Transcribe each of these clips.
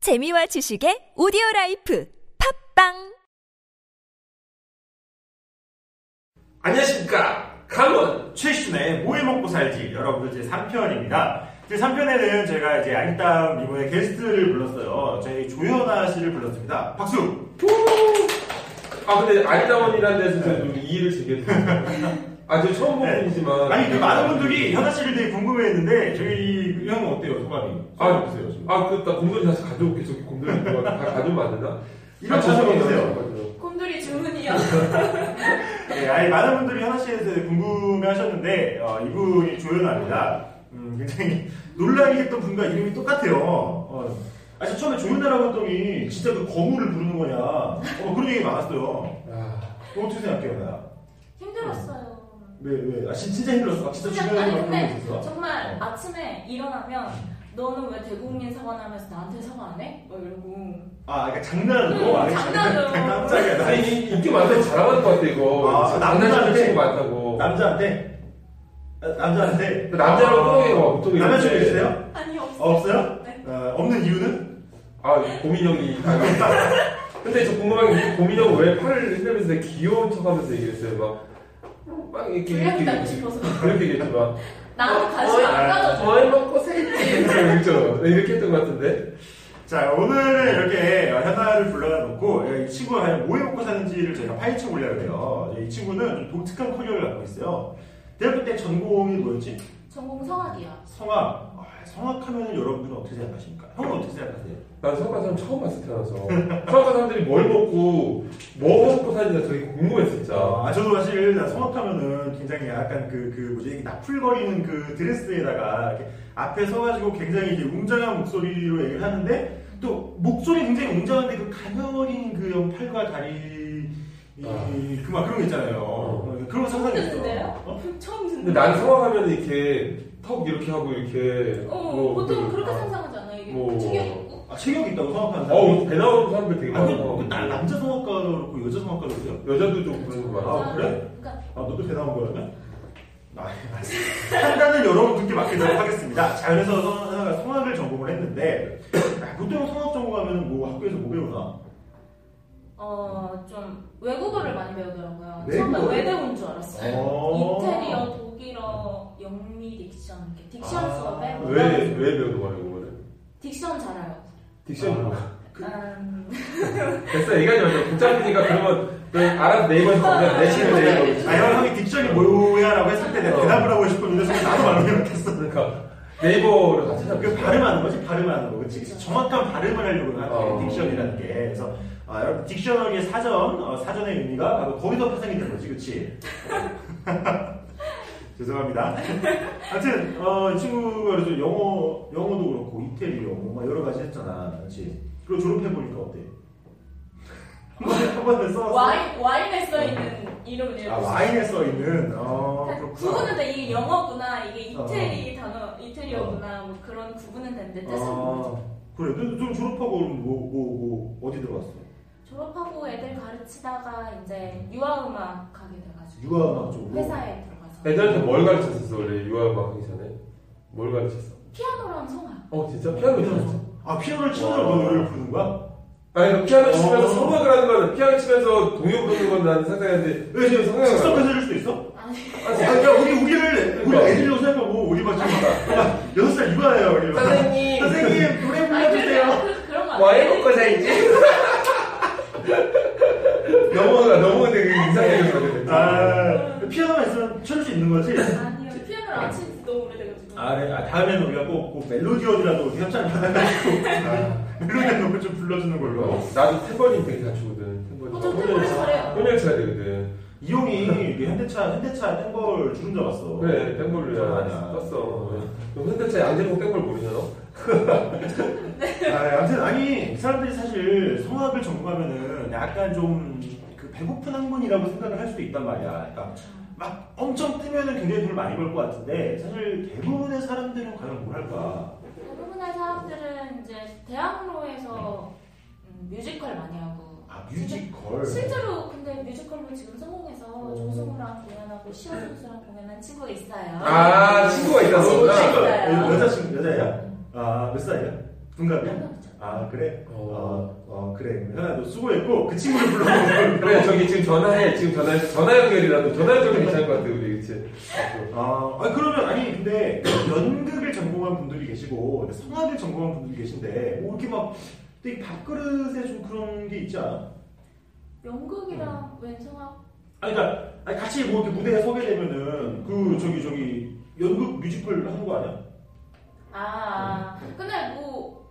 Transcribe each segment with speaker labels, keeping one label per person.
Speaker 1: 재미와 지식의 오디오 라이프 팝빵!
Speaker 2: 안녕하십니까 강원
Speaker 3: 최신의 뭐해 먹고 살지 여러분 제 3편입니다. 제 3편에는 제가 이제 아이따운 미모의 게스트를 불렀어요. 저희 조현아 씨를 불렀습니다. 박수!
Speaker 2: 아 근데 아리다원이라는 데서 좀 이의를 제기했어요 아저 처음 본
Speaker 3: 네.
Speaker 2: 분이지만
Speaker 3: 아니 그 많은 분들이 현아 씨를 되게 궁금해했는데 저희 그 형은 어때요 소감이?
Speaker 2: 아
Speaker 3: 소감
Speaker 2: 보세요
Speaker 3: 보세요. 지금.
Speaker 2: 아그 나 곰돌이 다시 가져올게 저기 곰돌이 있는 거 같아. 다 가져오면 안 된다?
Speaker 3: 이런
Speaker 2: 아, 죄송해요.
Speaker 3: 자세로
Speaker 4: 곰돌이 주문이요.
Speaker 3: 네, 아니 많은 분들이 현아 씨에 대해 궁금해하셨는데 어, 이분이 조현아입니다. 음, 굉장히 놀라게 했던 분과 이름이 똑같아요. 어, 아저 처음에 조현아라고 했더니 진짜 그 거물을 부르는 거냐 어, 그런 얘기 많았어요.
Speaker 2: 아,
Speaker 3: 어떻게 생각해요, 나?
Speaker 4: 힘들었어요.
Speaker 3: 왜, 왜? 아, 진- 진짜 힘들었어. 아, 진짜
Speaker 4: 그냥
Speaker 3: 중요한
Speaker 4: 아니
Speaker 3: 거
Speaker 4: 근데
Speaker 3: 있었어.
Speaker 4: 정말 아침에 일어나면 너는 왜 대국민 사과하면서 나한테 사과 안 해? 막 이러고.
Speaker 3: 아, 그러니까 장난으로. 아,
Speaker 4: 음, 장난으로.
Speaker 3: 깜짝이야. 나 이-
Speaker 2: 아니 인기 많다고 자랑하는 것 같아 이거
Speaker 3: 아,
Speaker 2: 진짜
Speaker 3: 남자한테-
Speaker 2: 장난치는 친구 많다고
Speaker 3: 남자한테? 아, 남자한테?
Speaker 2: 남자랑
Speaker 3: 아,
Speaker 2: 호동이가 보통 이런데.
Speaker 3: 남자친구 있으세요?
Speaker 4: 아니 없어.
Speaker 3: 어, 없어요?
Speaker 4: 네.
Speaker 3: 어, 없는 이유는?
Speaker 2: 아 고민형이 근데 저 궁금한 게 고민형 왜 팔을 흔들면서 되게 귀여운 척하면서 얘기를 했어요 막, 막 이렇게 이렇게
Speaker 4: 불량당하고 싶어서.
Speaker 2: 그렇게 얘기했지만
Speaker 4: 나한테 관심 안 가져.
Speaker 2: 뭐 해먹고 살지 그렇죠 이렇게 했던 것 같은데
Speaker 3: 자, 오늘은 이렇게 현아를 불러다 놓고, 이 친구가 과연 뭐 해먹고 사는지를 저희가 파헤쳐 보려고 해요. 예, 이 친구는 좀 독특한 커리어를 갖고 있어요. 대학교 때 전공이 뭐였지?
Speaker 4: 전공 성악이야.
Speaker 3: 성악. 아, 성악하면 여러분들은 어떻게 생각하십니까? 형은 어떻게 생각하세요?
Speaker 2: 난 성과 사람 처음 봤을 때 나서 성과 사람들이 뭘 먹고 뭐 먹고 사는지 나 되게 궁금해 진짜
Speaker 3: 아, 저도 사실 나 성악하면은 굉장히 약간 그, 그 뭐지, 이렇게 나풀거리는 그 드레스에다가 이렇게 앞에 서가지고 굉장히 이제 웅장한 목소리로 얘기를 하는데 또 목소리 굉장히 웅장한데 그 가녀린 그형 팔과 다리, 이,
Speaker 2: 아.
Speaker 3: 그막 그런 거 있잖아요.
Speaker 2: 어.
Speaker 3: 그런 거
Speaker 4: 처음
Speaker 3: 상상했어.
Speaker 4: 듣는데요?
Speaker 3: 어?
Speaker 4: 처음
Speaker 2: 근데
Speaker 4: 듣는데.
Speaker 2: 난 성화하면 이렇게 턱 이렇게 하고 이렇게
Speaker 4: 어
Speaker 2: 뭐
Speaker 4: 보통 그렇게
Speaker 2: 아.
Speaker 4: 상상하잖아. 이게
Speaker 2: 뭐.
Speaker 4: 체격 있고.
Speaker 3: 아, 체격이 있다고 성악한다.
Speaker 2: 어우 배 나오는 사람들 되게
Speaker 3: 아,
Speaker 2: 많아
Speaker 3: 그, 그 나- 남자 성악가도 그렇고 여자 성악가도 그렇죠?
Speaker 2: 여자들도 그런 거 많아
Speaker 3: 아, 그래?
Speaker 4: 그러니까
Speaker 3: 아, 너도 대단한 거였나? 아, 알겠습니다. 판단은 여러분들께 맡기도록 하겠습니다. 자연에서 성- 성악을 전공을 했는데, 아, 보통 성악 전공하면 뭐 학교에서 뭐 배우나?
Speaker 4: 어좀 외국어를 많이 배우더라고요.
Speaker 3: 외국어?
Speaker 4: 처음에 외대온 줄 알았어요.
Speaker 3: 어.
Speaker 4: 이태리어, 독일어, 영미 딕션 이렇게 딕션 수업에 뭐
Speaker 2: 왜
Speaker 4: 나오는
Speaker 2: 왜 배우는 거야 그거는
Speaker 4: 딕션 잘해요.
Speaker 2: 딕션
Speaker 3: 아.
Speaker 2: 뭐야
Speaker 4: 음,
Speaker 2: 됐어 얘기하지 말자 복잡하니까 그러면 너 알아서 네이버에서 검색 내시면
Speaker 3: 아,
Speaker 2: 돼
Speaker 3: 형, 형이 딕션이 뭐야? 라고 했을 때 내가 대답을 하고 싶었는데, 순간 나도 말로 해봤겠어.
Speaker 2: 그러니까 네이버를 같이 찾아
Speaker 3: 그 발음하는 거지, 발음하는 거. 그치? 그래서 정확한 발음을 하려고 하는
Speaker 2: 어.
Speaker 3: 게 딕션이라는 게. 그래서, 아, 여러분, 딕셔너리의 사전, 어, 사전의 의미가 바로 거기서 파생이 된 거지, 그치? 죄송합니다. 하여튼, 어, 이 친구가 그래서 영어, 영어도 그렇고, 이태리 영어, 막 여러 가지 했잖아. 그치? 그리고 졸업해보니까 어때? 한번, 한번 써봤어.
Speaker 4: 와인 와인에 써 있는 이름을
Speaker 3: 아,
Speaker 4: 읽었어요. 그러니까
Speaker 3: 와인에 써있는, 어, 그렇구나.
Speaker 4: 구분은 돼 이게 영어구나 이게
Speaker 3: 어.
Speaker 4: 이태리 단어 이태리어구나 뭐 그런 구분은 되는데 뜻은 모르죠.
Speaker 3: 아, 그래. 근데 좀 졸업하고 그럼 뭐, 뭐, 뭐, 어디 들어갔어?
Speaker 4: 졸업하고 애들 가르치다가 이제 유아음악 가게 돼가지고
Speaker 3: 유아음악 쪽으로?
Speaker 4: 회사에 들어가서
Speaker 2: 애들한테 뭘 가르쳤었어 원래 유아음악 하기 전에? 뭘 가르쳤어?
Speaker 4: 피아노랑 성악
Speaker 2: 어 진짜 피아노 쳤어?
Speaker 3: 아 피아노를 치면서 너 노래를 부르는 거야?
Speaker 2: 아니 그러니까 피아노 치면서
Speaker 3: 어.
Speaker 2: 성악을 하는 거는 피아노 치면서 동요 부르는 건 나는 생각했는데 왜 지금 성악을
Speaker 3: 네. 식사까지 해줄 수도 있어?
Speaker 4: 아니
Speaker 3: 아, 야 우리 우리를 그러니까. 우리 애들이라고 생각하고 우리 막 지금 막 여섯 살 유아예요 우리 막.
Speaker 2: 선생님.
Speaker 3: 선생님 노래
Speaker 4: 아니
Speaker 3: 불러주세요
Speaker 4: 그런 그런 거
Speaker 2: 와해
Speaker 4: 아니에요.
Speaker 2: 먹고 살지? 너무 너무 되게 이상해졌어
Speaker 3: 아 피아노만 있으면 쳐줄 수 있는 거지?
Speaker 4: 아니요 피아노를 안 친지 너무 오래돼가지고 어,
Speaker 3: 아, 네. 아 다음에는 우리가 꼭그 멜로디언이라도 우리 협찬 받아가지고 멜로디언 곡을 좀 불러주는 걸로
Speaker 2: 나도 태권이 되게 잘 추거든
Speaker 4: 어,
Speaker 2: 태권이
Speaker 4: 저 태권도 잘해요
Speaker 2: 혼혈 쳐야 되거든
Speaker 3: 이용이 그 현대차 현대차 땡벌 주름 잡았어
Speaker 2: 그래 땡볼로야 네, 떴어 너 현대차 양재봉 땡볼 모르냐 너?
Speaker 3: 아, 아무튼 아니 사람들이 사실 성악을 전공하면은 약간 좀 그 배고픈 학문이라고 생각을 할 수도 있단 말이야. 그러니까 막 엄청 뜨면은 굉장히 돈을 많이 벌 것 같은데 사실 대부분의 사람들은 과연 뭘 할까?
Speaker 4: 대부분의 사람들은 이제 대학로에서 음, 뮤지컬 많이 하고
Speaker 3: 아 뮤지컬.
Speaker 4: 실제로 근데 뮤지컬로 지금 성공해서
Speaker 3: 오.
Speaker 4: 조승우랑 공연하고 시원 선수랑 공연한 친구가 있어요.
Speaker 2: 아 친구가 있다
Speaker 4: 친구가
Speaker 2: 너구나
Speaker 4: 있어요.
Speaker 3: 여자 친구 여자야? 아몇 살이야? 아, 동갑이야?
Speaker 4: 괜찮아.
Speaker 3: 아 그래?
Speaker 2: 어.
Speaker 3: 어, 어, 그래 현아 너 수고했고 그 친구를 불러
Speaker 2: 그래 저기 지금 전화해 지금 전화 전화 연결이라도 전화 연결 괜찮을 것 같아 우리 그치?
Speaker 3: 아, 아니, 그러면 아니 근데 연극을 전공한 분들이 계시고 성악을 전공한 분들이 계신데 뭐 이렇게 막 되게 밥그릇에 좀 그런 게 있지 않아?
Speaker 2: 음.
Speaker 4: 연극이랑 왼성악
Speaker 3: 아니 그러니까 아니, 같이 뭐 이렇게 무대에 서게 되면은 그 저기 저기 연극 뮤지컬 하는 거 아니야?
Speaker 4: 아, 아
Speaker 2: 음.
Speaker 4: 근데 뭐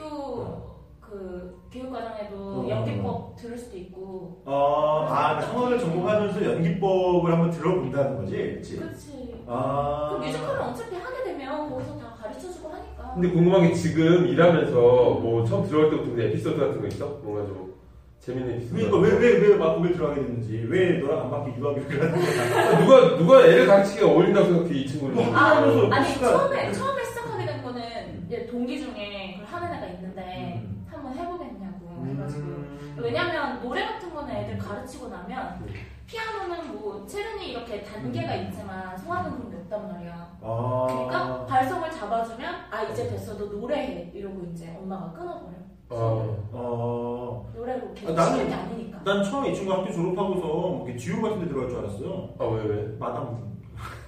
Speaker 4: 대학교 그 교육과정에도
Speaker 3: 어.
Speaker 2: 음.
Speaker 4: 연기법 들을 수도 있고
Speaker 3: 어, 아 성악을 전공하면서 연기법을 한번 들어본다는 거지,
Speaker 2: 예.
Speaker 3: 그렇지?
Speaker 4: 그렇지
Speaker 3: 아,
Speaker 4: 그 뮤지컬은 어차피 하게 되면 거기서 다 가르쳐주고 하니까
Speaker 2: 근데 궁금한 게 지금 일하면서 뭐 처음 들어갈 때부터 그냥 에피소드 같은 거 있어? 뭔가 좀 재밌는 에피소드
Speaker 3: 그러니까 왜왜왜막 거기 들어가게 됐는지 왜 너랑 안 맞게 유학을 그랬는 거야?
Speaker 2: 아, 누가 누가 애를 가르치기에 어울린다고 생각해 이 친구를
Speaker 3: 뭐,
Speaker 4: 아,
Speaker 3: 하면서
Speaker 4: 아니
Speaker 3: 시간-
Speaker 4: 처음에 처음에 시작하게 된 거는 이제 동기 중에 그걸 하는 애가 있는데
Speaker 3: 음.
Speaker 4: 한번 해보겠냐고 해가지고
Speaker 3: 음.
Speaker 4: 네. 왜냐면 노래 같은 거는 애들 가르치고 나면 피아노는 뭐 체르니 이렇게 단계가 있지만 성화는 그런 게 없단 말이야
Speaker 3: 음. 아.
Speaker 4: 그러니까 발성을 잡아주면 아 이제 됐어 너 노래해 이러고 이제 엄마가 끊어버려
Speaker 2: 어.
Speaker 3: 어,
Speaker 4: 노래로
Speaker 3: 아,
Speaker 4: 계속
Speaker 3: 나는-
Speaker 4: 시키는 게 아니니까
Speaker 3: 난 처음에 이 친구 학교 졸업하고서 이렇게 지우 같은 데 들어갈 줄 알았어요.
Speaker 2: 아 왜 왜?
Speaker 3: 마담.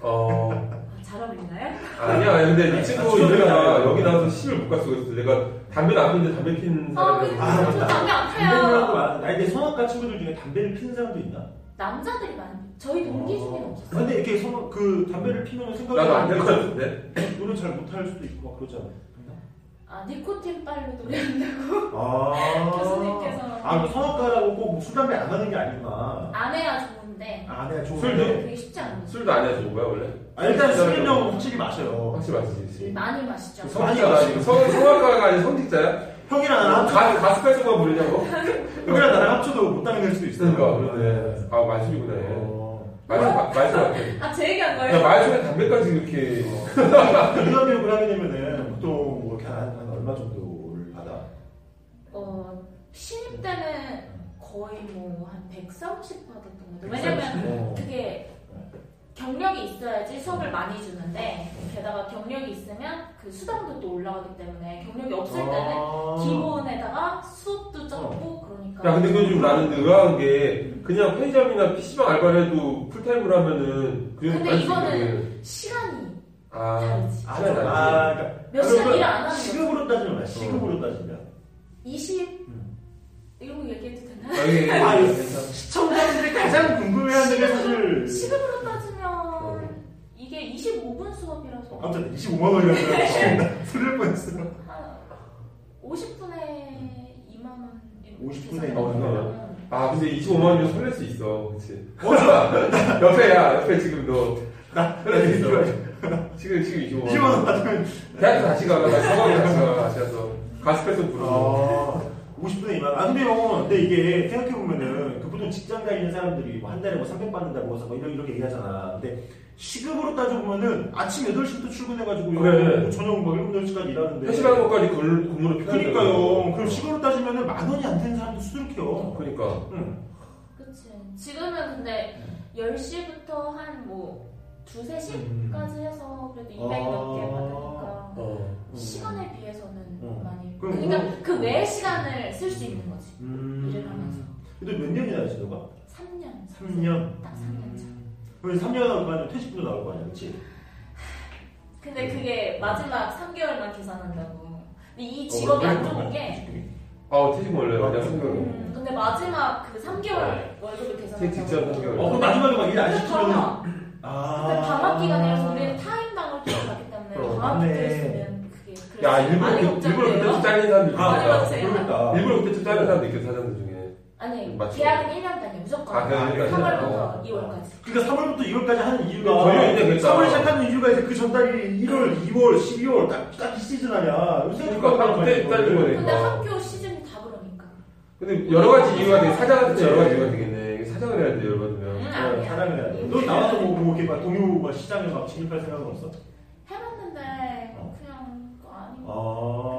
Speaker 2: 어.
Speaker 4: 아, 잘 어울리나요?
Speaker 2: 아니야, 아니, 근데 이
Speaker 3: 아,
Speaker 2: 친구
Speaker 3: 추억이
Speaker 2: 내가
Speaker 3: 나요.
Speaker 2: 여기 나와서 시집을 못 갔어. 그래서 내가 담배를 안 피는데 담배 피는
Speaker 4: 아,
Speaker 2: 사람이
Speaker 4: 근데
Speaker 3: 아,
Speaker 4: 저
Speaker 3: 맞다.
Speaker 4: 담배 안
Speaker 3: 담배를 하고
Speaker 4: 펴요.
Speaker 3: 나 이게 성악가 친구들 중에 담배를 피는 사람도 있나?
Speaker 4: 남자들이 많이. 저희 동기 중에는
Speaker 3: 어.
Speaker 4: 없었어요.
Speaker 3: 근데 이렇게 성, 그 담배를 피면 생각이
Speaker 2: 나도 안 될 것 같은데.
Speaker 3: 노래 잘 못할 수도 있고 막 그러니까. 그러잖아.
Speaker 4: 아, 니코틴 빨로 노래한다고
Speaker 3: 아.
Speaker 4: 교수님께서
Speaker 3: 아, 그럼 성악가라고 꼭술 담배 안 하는 게 아니구나.
Speaker 4: 안 해야 좋은데
Speaker 3: 아, 내가
Speaker 2: 술
Speaker 3: 좋은데.
Speaker 2: 네.
Speaker 4: 그게 쉽지 않아요.
Speaker 2: 술도 안 해주는 거야 원래?
Speaker 3: 아, 일단
Speaker 2: 진짜로.
Speaker 3: 술은 형 확실히 마셔요.
Speaker 2: 확실히 맞지.
Speaker 4: 많이 마시죠.
Speaker 3: 성-
Speaker 2: 성악가가 아니고 성- 성악가가 아니 성직자야?
Speaker 3: 형이랑 나랑 합쳐,
Speaker 2: 가 가스칼소만 부르냐고?
Speaker 3: 형이랑 나랑 합쳐도 못 당해낼 수도 있어요.
Speaker 2: 그러니까. 네. 아 말술이구나. 얘.
Speaker 3: 어.
Speaker 2: 말술 말술 같아.
Speaker 3: 그
Speaker 4: 아, 제 얘기한
Speaker 3: 네,
Speaker 2: 야,
Speaker 4: 거예요?
Speaker 2: 말술에 담배까지 이렇게.
Speaker 3: 유학 교육을 하게 되면은 보통 뭐 이렇게 한, 한 얼마 정도를 받아?
Speaker 4: 어, 신입 때는 거의 뭐 한 130 받았던 것 같아요.
Speaker 2: 130?
Speaker 4: 왜냐면
Speaker 3: 어.
Speaker 4: 그게 경력이 있어야지 수업을 많이 주는데 게다가 경력이 있으면 그 수당도 또 올라가기 때문에 경력이 없을 때는
Speaker 3: 아.
Speaker 4: 기본에다가 수업도 적고 그러니까
Speaker 2: 야 근데 그건 좀 나는 의아한 게 그냥 편의점이나 PC방 알바를 해도 풀타임으로 하면은 그 정도
Speaker 4: 근데
Speaker 2: 할수
Speaker 4: 이거는
Speaker 2: 있거든.
Speaker 4: 시간이
Speaker 2: 아.
Speaker 4: 다르지
Speaker 3: 아,
Speaker 2: 시간이
Speaker 3: 아,
Speaker 2: 나지.
Speaker 3: 그러니까
Speaker 4: 몇 시간 일을 안 하는 어.
Speaker 3: 시급으로 따지면 말 시급으로 따지면
Speaker 4: 20
Speaker 3: 음.
Speaker 4: 이런 거 얘기해도 되나?
Speaker 2: 아, 예, 예.
Speaker 3: 아, 예.
Speaker 2: 괜찮아.
Speaker 3: 시청자들이 가장 궁금해하는 게 사실
Speaker 4: 시급으로 따지면 이게 25분 수업이라서
Speaker 3: 아무튼 25만
Speaker 4: 네.
Speaker 3: 원이라고요. 들을 뻔했어.
Speaker 4: 한 50분에 2만 원
Speaker 3: 50분에
Speaker 2: 어,
Speaker 4: 원
Speaker 2: 아 근데 25만 원이면 설렐 수 있어 그치 옆에 야 옆에 지금 너
Speaker 4: 아,
Speaker 3: 나
Speaker 2: 설렐 수
Speaker 3: 그래서
Speaker 2: 있어 지금 지금 25만
Speaker 3: 25만
Speaker 2: 원
Speaker 3: 원 받으면
Speaker 2: 대학교 다시 가가 서강대 다시 가 다시 가서 가스펠송 부르고
Speaker 3: 아, 50분에 2만 원. 아, 근데 형, 근데 이게 생각해 보면은 그 보통 직장 다니는 사람들이 뭐한 달에 뭐 300 받는다고 해서 막 이런 이렇게 얘기하잖아. 근데 시급으로 따져 보면은 아침 8시부터 출근해가지고
Speaker 2: 그래.
Speaker 3: 뭐 저녁 막 7, 8시까지 일하는데.
Speaker 2: 회식하는 것까지 근- 근무를 피하니까. 네.
Speaker 3: 그러니까요.
Speaker 2: 어.
Speaker 3: 그럼 시급으로 따지면은 만 원이 안 되는 사람도 수두룩해요.
Speaker 2: 그러니까
Speaker 3: 응.
Speaker 4: 그치 지금은 근데 10시부터 한 뭐 두세 시까지 해서 그래도 200 몇 개 받으니까
Speaker 2: 어.
Speaker 4: 시간에 비해서는
Speaker 3: 어.
Speaker 4: 많이
Speaker 3: 음. 그럼
Speaker 4: 그러니까 그 외의 시간을 쓸 수 있는 거지 일을 하면서
Speaker 3: 음. 근데 몇 년이나 했어, 너가?
Speaker 4: 3년
Speaker 3: 3년? 음.
Speaker 4: 딱 3년 차
Speaker 3: 그럼 3년 하고 가면 퇴직금도 나올 거 아니야, 그치?
Speaker 4: 근데 그게 마지막 3개월만 계산한다고 근데 이 직업이
Speaker 2: 어,
Speaker 4: 안 좋은 게
Speaker 3: 퇴직금이.
Speaker 2: 아 퇴직 원래 그냥 생각
Speaker 4: 음, 근데 마지막 그 3개월 월급을
Speaker 2: 퇴직 직전
Speaker 4: 계산한다고
Speaker 2: 생각을
Speaker 3: 어, 그럼 마지막에 막 일 안
Speaker 4: 근데
Speaker 3: 시키면
Speaker 4: 방학
Speaker 3: 아.
Speaker 4: 근데 방학 기간이라서 우리는 타임방을 들어가기 때문에
Speaker 2: 어,
Speaker 4: 방학
Speaker 3: 맞네.
Speaker 4: 기간이면 그게 그래서
Speaker 2: 야 일부러
Speaker 4: 많이
Speaker 2: 그, 일부러
Speaker 4: 걱정돼요.
Speaker 2: 그때쯤 잘린 사람도
Speaker 3: 아,
Speaker 4: 많이
Speaker 2: 있겠다
Speaker 4: 걱정돼요.
Speaker 3: 그러니까.
Speaker 2: 일부러 그때쯤 잘린 사람도 있겠다 사장들 중에
Speaker 4: 아니
Speaker 2: 맞죠.
Speaker 4: 계약은 1년 단위 무조건
Speaker 2: 아, 어. 계약은
Speaker 3: 일년
Speaker 4: 3월부터
Speaker 2: 단위.
Speaker 4: 2월까지
Speaker 3: 그러니까 3월부터 2월까지 하는 이유가
Speaker 2: 거의 있네, 그러니까. 그랬죠.
Speaker 3: 3월에 시작하는 이유가 이제 그 전달이 1월, 2월, 12월 딱, 딱이 시즌 아니야. 요새
Speaker 2: 그러니까 딱 그때 딸린 거네.
Speaker 4: 근데
Speaker 2: 어.
Speaker 4: 학교 시즌이 다 그러니까
Speaker 2: 근데 여러 가지 이유가 되게 사장한테 여러 가지 이유가 음. 되겠네 네. 사장을 해야 돼 열받으면
Speaker 4: 응,
Speaker 3: 어,
Speaker 4: 아니야.
Speaker 3: 사랑을 해야 돼. 너 나와서 뭐, 뭐 이렇게 막 동요 막 시장에 막 진입할 생각은 없어?
Speaker 4: 해봤는데
Speaker 3: 어.
Speaker 4: 그냥 그거 아닌 거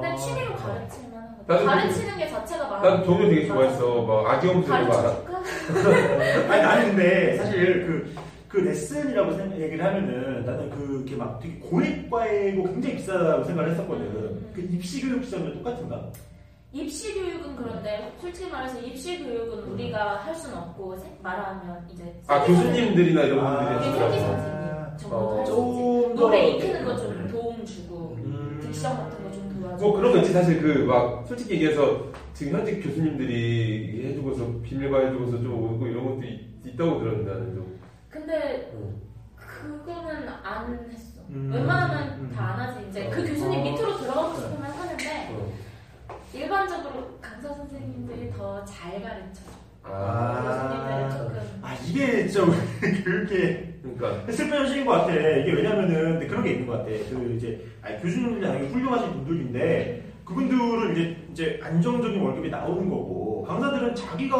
Speaker 3: 아.
Speaker 4: 근데 취미로 가르치면 하는 거
Speaker 2: 어. 나도
Speaker 4: 가르치는 게 자체가 많아
Speaker 2: 난 동료 되게 좋아했어 막 아기 엄청 많아
Speaker 4: 가르쳐줄까?
Speaker 3: 아니, 나는 근데 사실 그, 그 레슨이라고 생각, 얘기를 하면은 나는 그게 막 되게 고액과외고 굉장히 비싸다고 생각을 했었거든.
Speaker 4: 음.
Speaker 3: 그 입시교육 시장은 똑같은가?
Speaker 4: 입시 교육은 그런데 솔직히 말해서 입시 교육은 우리가 할 수는 없고 세- 말하면 이제
Speaker 2: 아 교수님들이나 이런 분들이
Speaker 3: 아,
Speaker 4: 생기
Speaker 2: 하시더라고요.
Speaker 4: 선생님
Speaker 2: 어.
Speaker 4: 정도 할수 있지.
Speaker 3: 좀더
Speaker 4: 노래 익히는 거 좀 도움 주고
Speaker 3: 음.
Speaker 4: 딕션 그 같은 거 좀 도와주고.
Speaker 2: 뭐 그런 거 있지 사실 그 막 솔직히 얘기해서 지금 현직 교수님들이 해주고서 비밀과 해주고서 좀 오고 이런 것도 있, 있다고 들었는데 나는 좀
Speaker 4: 근데
Speaker 2: 음.
Speaker 4: 그거는 안 했어.
Speaker 3: 음.
Speaker 4: 웬만하면
Speaker 3: 음.
Speaker 4: 다 안 하지. 이제
Speaker 2: 어.
Speaker 4: 그 교수님
Speaker 3: 어.
Speaker 4: 밑으로 들어가고 싶으면 하는데
Speaker 2: 어.
Speaker 4: 일반적으로 강사 선생님들이 더 잘 가르쳐.
Speaker 2: 아
Speaker 4: 교수님들은 조금
Speaker 3: 아 이게 좀 교육계
Speaker 2: 그러니까
Speaker 3: 슬픈 현실인 것 같아. 이게 왜냐면은 근데 그런 게 있는 것 같아. 그 이제 아니, 교수님들이 아니 훌륭하신 분들인데 그분들은 이제 이제 안정적인 월급이 나오는 거고 강사들은 자기가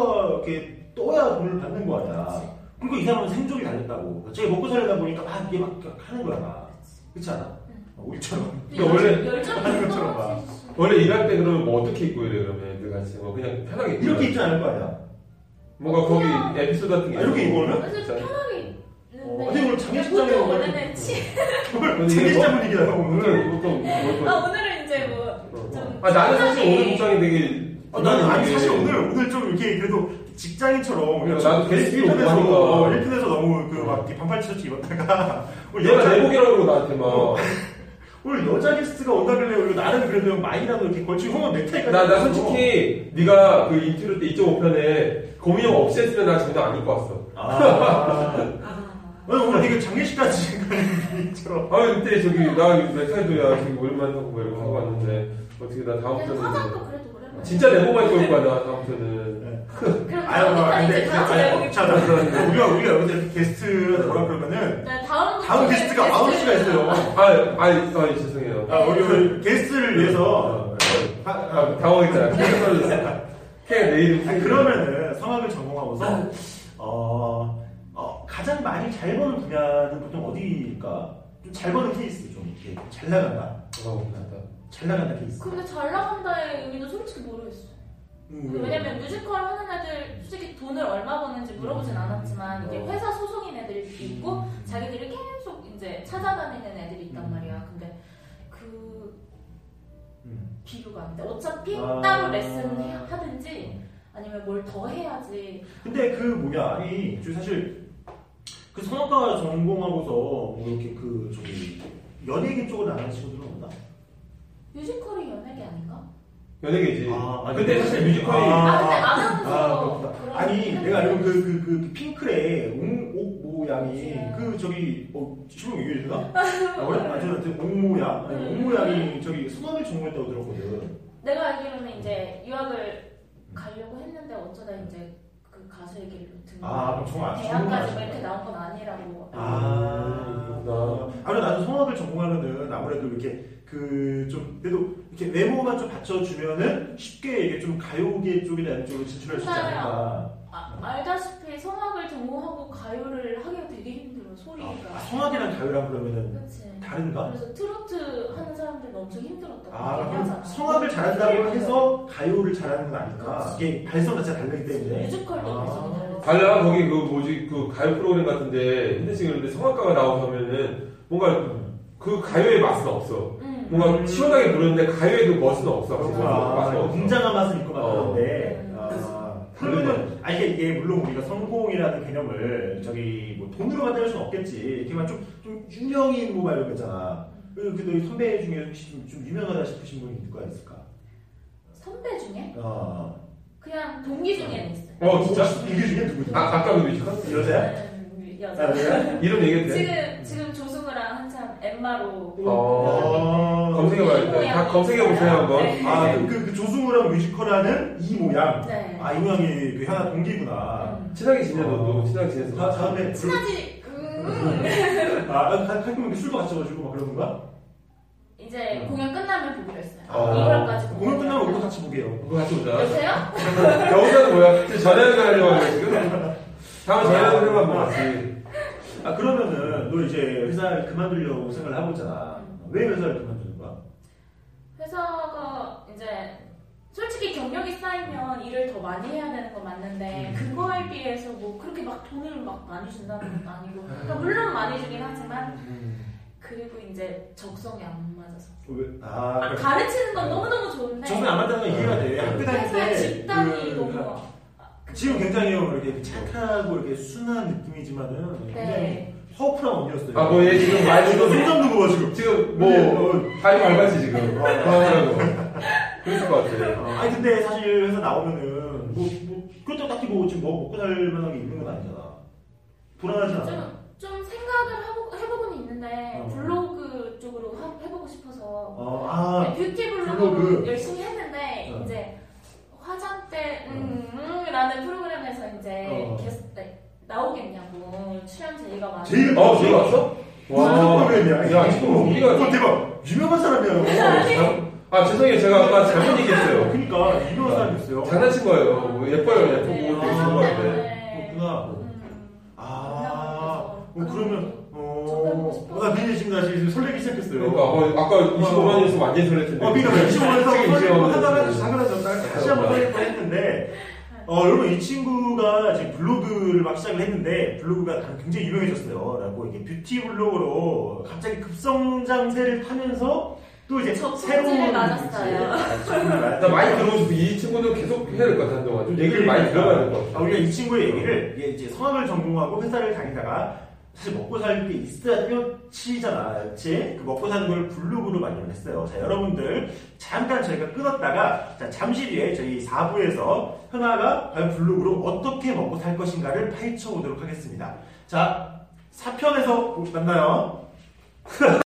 Speaker 3: 이렇게 떠야 돈을 받는 거
Speaker 4: 그렇지.
Speaker 3: 아니야. 그리고 이 사람은 생존이 달렸다고. 그러니까 자기 먹고 살려다 보니까 막 이게 막 하는 거야. 막. 그렇지 않아?
Speaker 4: 응.
Speaker 3: 어, 우리처럼.
Speaker 2: 그러니까 원래
Speaker 4: 열정이
Speaker 3: 하는
Speaker 4: 있어.
Speaker 3: 것처럼 봐.
Speaker 2: 원래 일할 때 그러면 뭐 어떻게 입고 이래 그러면 늘 같이 뭐 그냥 편하게 입고
Speaker 3: 이렇게 있지 않을 거 아니야.
Speaker 2: 뭔가 거기 에피소드 같은 게
Speaker 3: 아, 이렇게
Speaker 2: 있어요.
Speaker 3: 입어요?
Speaker 4: 그래서
Speaker 2: 진짜.
Speaker 4: 편하게
Speaker 3: 어, 근데 오늘
Speaker 4: 있는데
Speaker 3: 장례식장에
Speaker 4: 보통
Speaker 3: 오늘-
Speaker 4: 원래는 치.
Speaker 3: 오늘
Speaker 2: 오늘
Speaker 3: 책임자
Speaker 2: 이거-
Speaker 3: 분위기야 오늘.
Speaker 2: 오늘 뭐, 보통
Speaker 3: 어.
Speaker 2: 뭘
Speaker 4: 아
Speaker 2: 거?
Speaker 4: 오늘은 이제 뭐 좀.
Speaker 2: 아 나는 사실 오늘 복장이 되게
Speaker 3: 아, 나는 아니 사실 오늘 오늘 좀 이렇게 그래도 직장인처럼
Speaker 2: 그래,
Speaker 3: 좀
Speaker 2: 나도 게스트
Speaker 3: 일편에서
Speaker 2: 오고
Speaker 3: 어,
Speaker 2: 하니까.
Speaker 3: 일편에서 너무 그 막 반팔 티셔츠 입었다가 오늘
Speaker 2: 얘가
Speaker 3: 여자 어.
Speaker 2: 내복이라고 그러고 나한테 막
Speaker 3: 오늘 여자 게스트가 온다길래 그리고 나는 그래도 많이라도 이렇게 걸치고 형은 넥타이까지
Speaker 2: 나, 나
Speaker 3: 입고.
Speaker 2: 솔직히 네가 그 인트로 때 2.5편에 고민형 없이 했으면 나 전혀 안 입고 왔어.
Speaker 3: 아
Speaker 4: 아,
Speaker 3: 아니, 오늘 이게 장례식까지 가는 분위기처럼
Speaker 2: 아 근데 저기 나 넥타이도야 지금 오랜만에 하고 뭐 이러고 하고 왔는데 어떻게 나
Speaker 4: 그래서 화장도
Speaker 2: 다음부터는
Speaker 4: 그래도 오랜만에.
Speaker 2: 진짜 내복만 입고 올 거야 나 다음부터는.
Speaker 4: 그럼
Speaker 3: 아유 뭐,
Speaker 4: 다음
Speaker 3: 근데
Speaker 4: 이제 다 같이
Speaker 3: 아니,
Speaker 4: 내보기.
Speaker 3: 자, 자, 자, 자, 우리가 우리가 여기서 이렇게 게스트가 뭐라 그러면은
Speaker 4: 네, 다음
Speaker 3: 다음 게스트가 아웃씨가 있어요
Speaker 2: 아, 아, 아 죄송해요.
Speaker 3: 아 우리 오늘 게스트를 위해서
Speaker 2: 아, 아, 당황했잖아. 그냥 떨어졌어. 그냥 내 이름.
Speaker 3: 아니, 그러면은 성악을 전공하고서 어, 어, 가장 많이 잘 버는 분야는 보통 어디일까? 좀 잘 버는 케이스 좀 이렇게 잘 나간다.
Speaker 2: 어, 맞다.
Speaker 3: 잘 나간다 케이스.
Speaker 4: 근데 잘 나간다의 의미도 솔직히 모르겠어.
Speaker 3: 음,
Speaker 2: 네.
Speaker 3: 왜?
Speaker 4: 왜냐면 뮤지컬 하는 애들 솔직히 돈을 얼마 버는지
Speaker 3: 음.
Speaker 4: 물어보진 않았지만 이게
Speaker 2: 어.
Speaker 4: 회사 소속인 애들이 있고 자기들이 계속 이제 찾아다니는 애들이 있단
Speaker 3: 음.
Speaker 4: 말이야. 근데 그
Speaker 3: 음.
Speaker 4: 비교가 안 돼. 어차피
Speaker 3: 아.
Speaker 4: 따로 레슨 해- 하든지 아니면 뭘 더 해야지.
Speaker 3: 근데 그 뭐냐 아니 저 사실 그 성악과 전공하고서 뭐 이렇게 그 저기 연예계 쪽으로 나가는 친구들은 없나?
Speaker 4: 뮤지컬이 연예계 아닌가?
Speaker 2: 연예계지.
Speaker 3: 아, 아니,
Speaker 2: 네. 근데 사실 뮤지컬이.
Speaker 4: 아, 근데 아나운서
Speaker 3: 그렇구나.
Speaker 4: 그런
Speaker 3: 아니
Speaker 4: 생각이
Speaker 3: 내가 알고 그 그 그 핑클의 옹옥모 양이
Speaker 4: 맞아요.
Speaker 3: 그 저기 어 실명 유일인가? 아 저한테 옥모 양 아니,
Speaker 4: 음.
Speaker 3: 옥모 양이 저기 수학을 전공했다고 들었거든.
Speaker 4: 내가 알기로는 이제 유학을 가려고 했는데 어쩌다 이제 그 가수의 길로 등.
Speaker 3: 아 그럼 정말
Speaker 4: 대학까지 뭐 이렇게 나온 건 아니라고.
Speaker 3: 아, 그렇구나. 아, 그래, 나도 성악을 전공하면은 아무래도 이렇게 그 좀 그래도 이렇게 외모만 좀 받쳐주면은 쉽게 이게 좀 가요계 쪽이나 이런 쪽으로 진출할 수 있지 않을까.
Speaker 4: 아, 알다시피 성악을 전공하고 가요를 하기가 되게 힘들어 소리가.
Speaker 3: 아, 성악이랑 가요랑 그러면은
Speaker 4: 그렇지.
Speaker 3: 다른가?
Speaker 4: 그래서 트로트 하는 사람들은 엄청 힘들었다고
Speaker 3: 아,
Speaker 4: 얘기하잖아.
Speaker 3: 그럼 성악을 잘한다고 해서 가요를 잘하는 건 아닐까? 이게 발성 자체가 다르기 때문에.
Speaker 4: 뮤지컬도
Speaker 3: 아.
Speaker 4: 무슨
Speaker 2: 달라 거기 그 뭐지 그 가요 프로그램 같은데 현대식 그런데 성악가가 나오고 하면은 뭔가 그 가요의 맛은 없어.
Speaker 4: 응.
Speaker 2: 뭔가
Speaker 3: 음.
Speaker 2: 시원하게 부르는데 가요에도 멋은 없어. 아,
Speaker 3: 그렇구나. 아,
Speaker 2: 맛은 없어.
Speaker 3: 웅장한 맛은 있고 막 그런데.
Speaker 4: 어.
Speaker 3: 아, 그러면은, 아, 이게, 이게 물론 우리가 성공이라는 개념을 저기 뭐 돈으로만 때릴 수는 없겠지. 이렇게만 좀, 좀 유명인 뭐 말고 있잖아. 그, 그 너희 선배 중에 혹시 좀, 좀 유명하다 싶으신 분이 누가 있을까?
Speaker 4: 선배 중에
Speaker 3: 어.
Speaker 4: 그냥 동기
Speaker 3: 아.
Speaker 4: 중에는 있어요.
Speaker 2: 어 진짜?
Speaker 3: 혹시 이게 중에 누구지?
Speaker 2: 아 아까 그 뮤지컬
Speaker 3: 여자야?
Speaker 4: 음,
Speaker 3: 아,
Speaker 4: 여자.
Speaker 3: 여자야?
Speaker 2: 이름 얘기해도 돼?
Speaker 4: 지금 지금 조승우랑 한참 엠마로
Speaker 2: 어.
Speaker 3: 어.
Speaker 2: 검색해봐야겠다. 다 검색해보세요 한번.
Speaker 4: 그 네.
Speaker 3: 아, 그, 그, 그 조승우랑 뮤지컬하는 이 모양.
Speaker 4: 네.
Speaker 3: 아, 이 모양이 그 하나 동기구나.
Speaker 4: 음.
Speaker 2: 친하게 지내 너도 친하게 지내서.
Speaker 3: 어. 다, 다음에.
Speaker 4: 친하지. 음.
Speaker 3: 아, 가끔 술도 같이 마시고 막 그러는 거야?
Speaker 4: 이제
Speaker 3: 음.
Speaker 4: 공연 끝나면 보기로 했어요.
Speaker 2: 아.
Speaker 4: 2월까지
Speaker 3: 공연 끝나면 우리도 같이 보게요.
Speaker 2: 그거 같이 오자.
Speaker 4: 여보세요?
Speaker 2: 여기서는 뭐야? 지금 전화를 가려고 하는 거야 지금? 다음에 전화를 하려고 하면 뭐지?
Speaker 3: 아 그러면은 너 이제 회사를 그만두려고 생각을 하고 어, 있잖아. 왜 회사를 그만두는 거야?
Speaker 4: 회사가 이제 솔직히 경력이 쌓이면 일을 더 많이 해야 되는 건 맞는데
Speaker 3: 음.
Speaker 4: 그거에 비해서 뭐 그렇게 막 돈을 막 많이 준다는 것도 아니고
Speaker 3: 음.
Speaker 4: 그러니까 물론 많이 주긴 하지만 그리고 이제 적성이 안 맞아서
Speaker 3: 왜?
Speaker 4: 아,
Speaker 3: 아, 그래.
Speaker 4: 가르치는 건 너무너무 좋은데
Speaker 3: 저분이 안 맞다는 건 이해가 돼. 학교 다닐
Speaker 4: 회사의
Speaker 3: 때
Speaker 4: 집단이
Speaker 3: 그-
Speaker 4: 너무 아,
Speaker 3: 지금 굉장히 이렇게 착하고 이렇게 순한 느낌이지만은
Speaker 4: 네.
Speaker 3: 굉장히 파워풀한 언니였어요.
Speaker 2: 아, 뭐, 얘 지금 말
Speaker 3: 지금
Speaker 2: 지금,
Speaker 3: 손잡는 거 봐, 지금.
Speaker 2: 지금 뭐, 다리 밟았지, 지금.
Speaker 3: 아,
Speaker 2: 그러느라고. 그랬을 것 같아.
Speaker 3: 어, 아니, 근데 사실 회사 나오면은, 뭐, 뭐, 그것도 딱히 뭐, 지금 뭐 먹고 살 만한 게 있는 건 아니잖아. 불안하지 않아.
Speaker 4: 좀, 좀 생각을 하고, 해보고는 있는데
Speaker 3: 어.
Speaker 4: 블로그 쪽으로 하- 해보고 싶어서
Speaker 3: 어, 아,
Speaker 4: 뷰티 블로그,
Speaker 3: 블로그.
Speaker 4: 열심히 했는데
Speaker 3: 어.
Speaker 4: 이제 화장대 음, 음, 라는 프로그램에서 이제
Speaker 3: 어.
Speaker 4: 게스트 때 나오겠냐고 출연 제의가 많아
Speaker 3: 제일
Speaker 2: 어, 지금 왔어?
Speaker 3: 무슨 프로그램이야?
Speaker 2: 아, 야, 지금 우리가.
Speaker 3: 어, 대박. 유명한 사람이야.
Speaker 2: 아, 죄송해요. 제가 아까 잘못 얘기했어요. 아.
Speaker 3: 그니까, 그러니까 유명한 사람이었어요.
Speaker 2: 장난친 거예요. 뭐 예뻐요, 예쁘고.
Speaker 4: 네,
Speaker 2: 이렇게
Speaker 3: 아.
Speaker 2: 쓰는 것 같은데.
Speaker 3: 그렇구나. 아,
Speaker 4: 그래서
Speaker 3: 어,
Speaker 4: 음.
Speaker 3: 그러면,
Speaker 4: 접해보고
Speaker 3: 어,
Speaker 4: 네. 싶어.
Speaker 3: 나 민재 지금 나 지금 설레기 시작했어요.
Speaker 2: 그러니까, 어, 아까 25만이었으면 완전 설렜 텐데.
Speaker 3: 어, 그러니까 25만
Speaker 2: 지금
Speaker 3: 사고
Speaker 2: 25만
Speaker 3: 하다가 하다가
Speaker 2: 이었어요.
Speaker 3: 다시 한번 하려고 했는데 어, 여러분 이 친구가 지금 블로그를 막 시작을 했는데 블로그가 굉장히 유명해졌어요. 라고 이게 뷰티 블로그로 갑자기 급성장세를 타면서 또 이제
Speaker 4: 저
Speaker 3: 새로운
Speaker 4: 손질 맞았어요.
Speaker 2: 나 많이 들어보셔서 이 친구는 계속 해야 될 것 같아, 한동안. 좀 얘기를 많이 들어봐야 될 것
Speaker 3: 아,
Speaker 2: 같아.
Speaker 3: 우리가 이 친구의 얘기를 이게 이제 성악을 전공하고 회사를 다니다가 사실 먹고 살 게 있어야 뛰어치잖아. 그치? 그 먹고 사는 걸 블로그로 만들어 했어요. 자, 여러분들, 잠깐 저희가 끊었다가, 자, 잠시 뒤에 저희 4부에서 현아가 과연 블로그로 어떻게 먹고 살 것인가를 파헤쳐 보도록 하겠습니다. 자, 4편에서 만나요.